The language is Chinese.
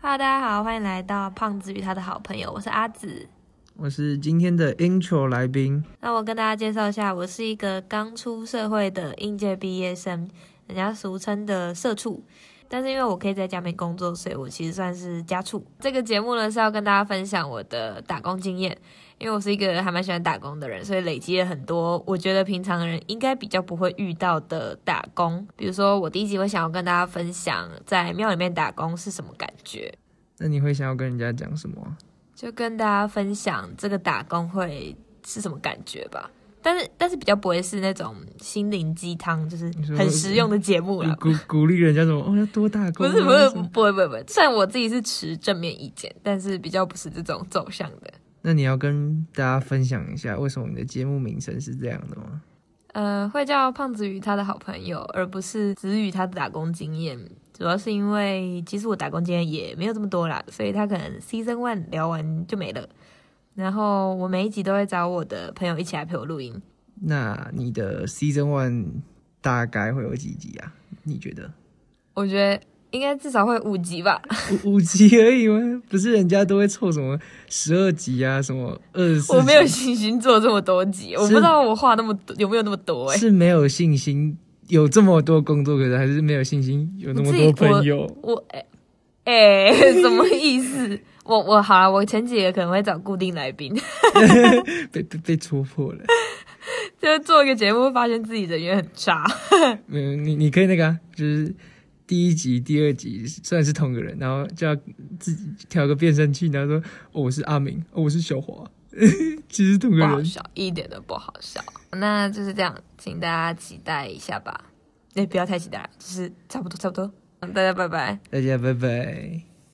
Hello，大家好，欢迎来到胖子与他的好朋友，我是阿紫。我是今天的 intro 来宾，那我跟大家介绍一下，我是一个刚出社会的应届毕业生，人家俗称的社畜。但是因为我可以在家没工作，所以我其实算是家畜。这个节目呢是要跟大家分享我的打工经验，因为我是一个还蛮喜欢打工的人，所以累积了很多我觉得平常人应该比较不会遇到的打工。比如说，我第一集会想要跟大家分享在庙里面打工是什么感觉，那你会想要跟人家讲什么啊？就跟大家分享这个打工会是什么感觉吧。但是但是比较不会是那种心灵鸡汤，就是你说很实用的节目啦。鼓鼓励人家什么？哦，要多打不工啊、啊是不是什么不会不会不会，虽然我自己是持正面意见，但是比较不是这种走向的。那你要跟大家分享一下，为什么你的节目名称是这样的吗？呃，会叫胖子与他的好朋友，而不是子与他的打工经验，主要是因为其实我打工经验也没有这么多啦，所以他可能 season one 聊完就没了。然后我每一集都会找我的朋友一起来陪我录音，那你的 season one 大概会有几集啊？你觉 得我觉得应该至少会五集吧。五五集而已吗？不是人家都会凑什么十二集啊，什么二十？我没有信心做这么多集，我不知道我话那么多有没有那么多哎、是没有信心，有这么多工作，可是还是没有信心有那么多我自己我朋友。我哎哎、 什么意思？我我好了，我前几个可能会找固定来宾， 被被被戳破了。就是做一个节目，发现自己人缘很差。没有，你你可以那个、啊，就是第一集、第二集虽然是同个人，然后就要自己调个变声器，然后说、哦、我是阿明，哦我是小华， 其实是同个不好人。笑，一点都不好笑。那就是这样，请大家期待一欸下吧。哎、不要太期待，就是差不多差不多。嗯大家拜拜。大家拜拜。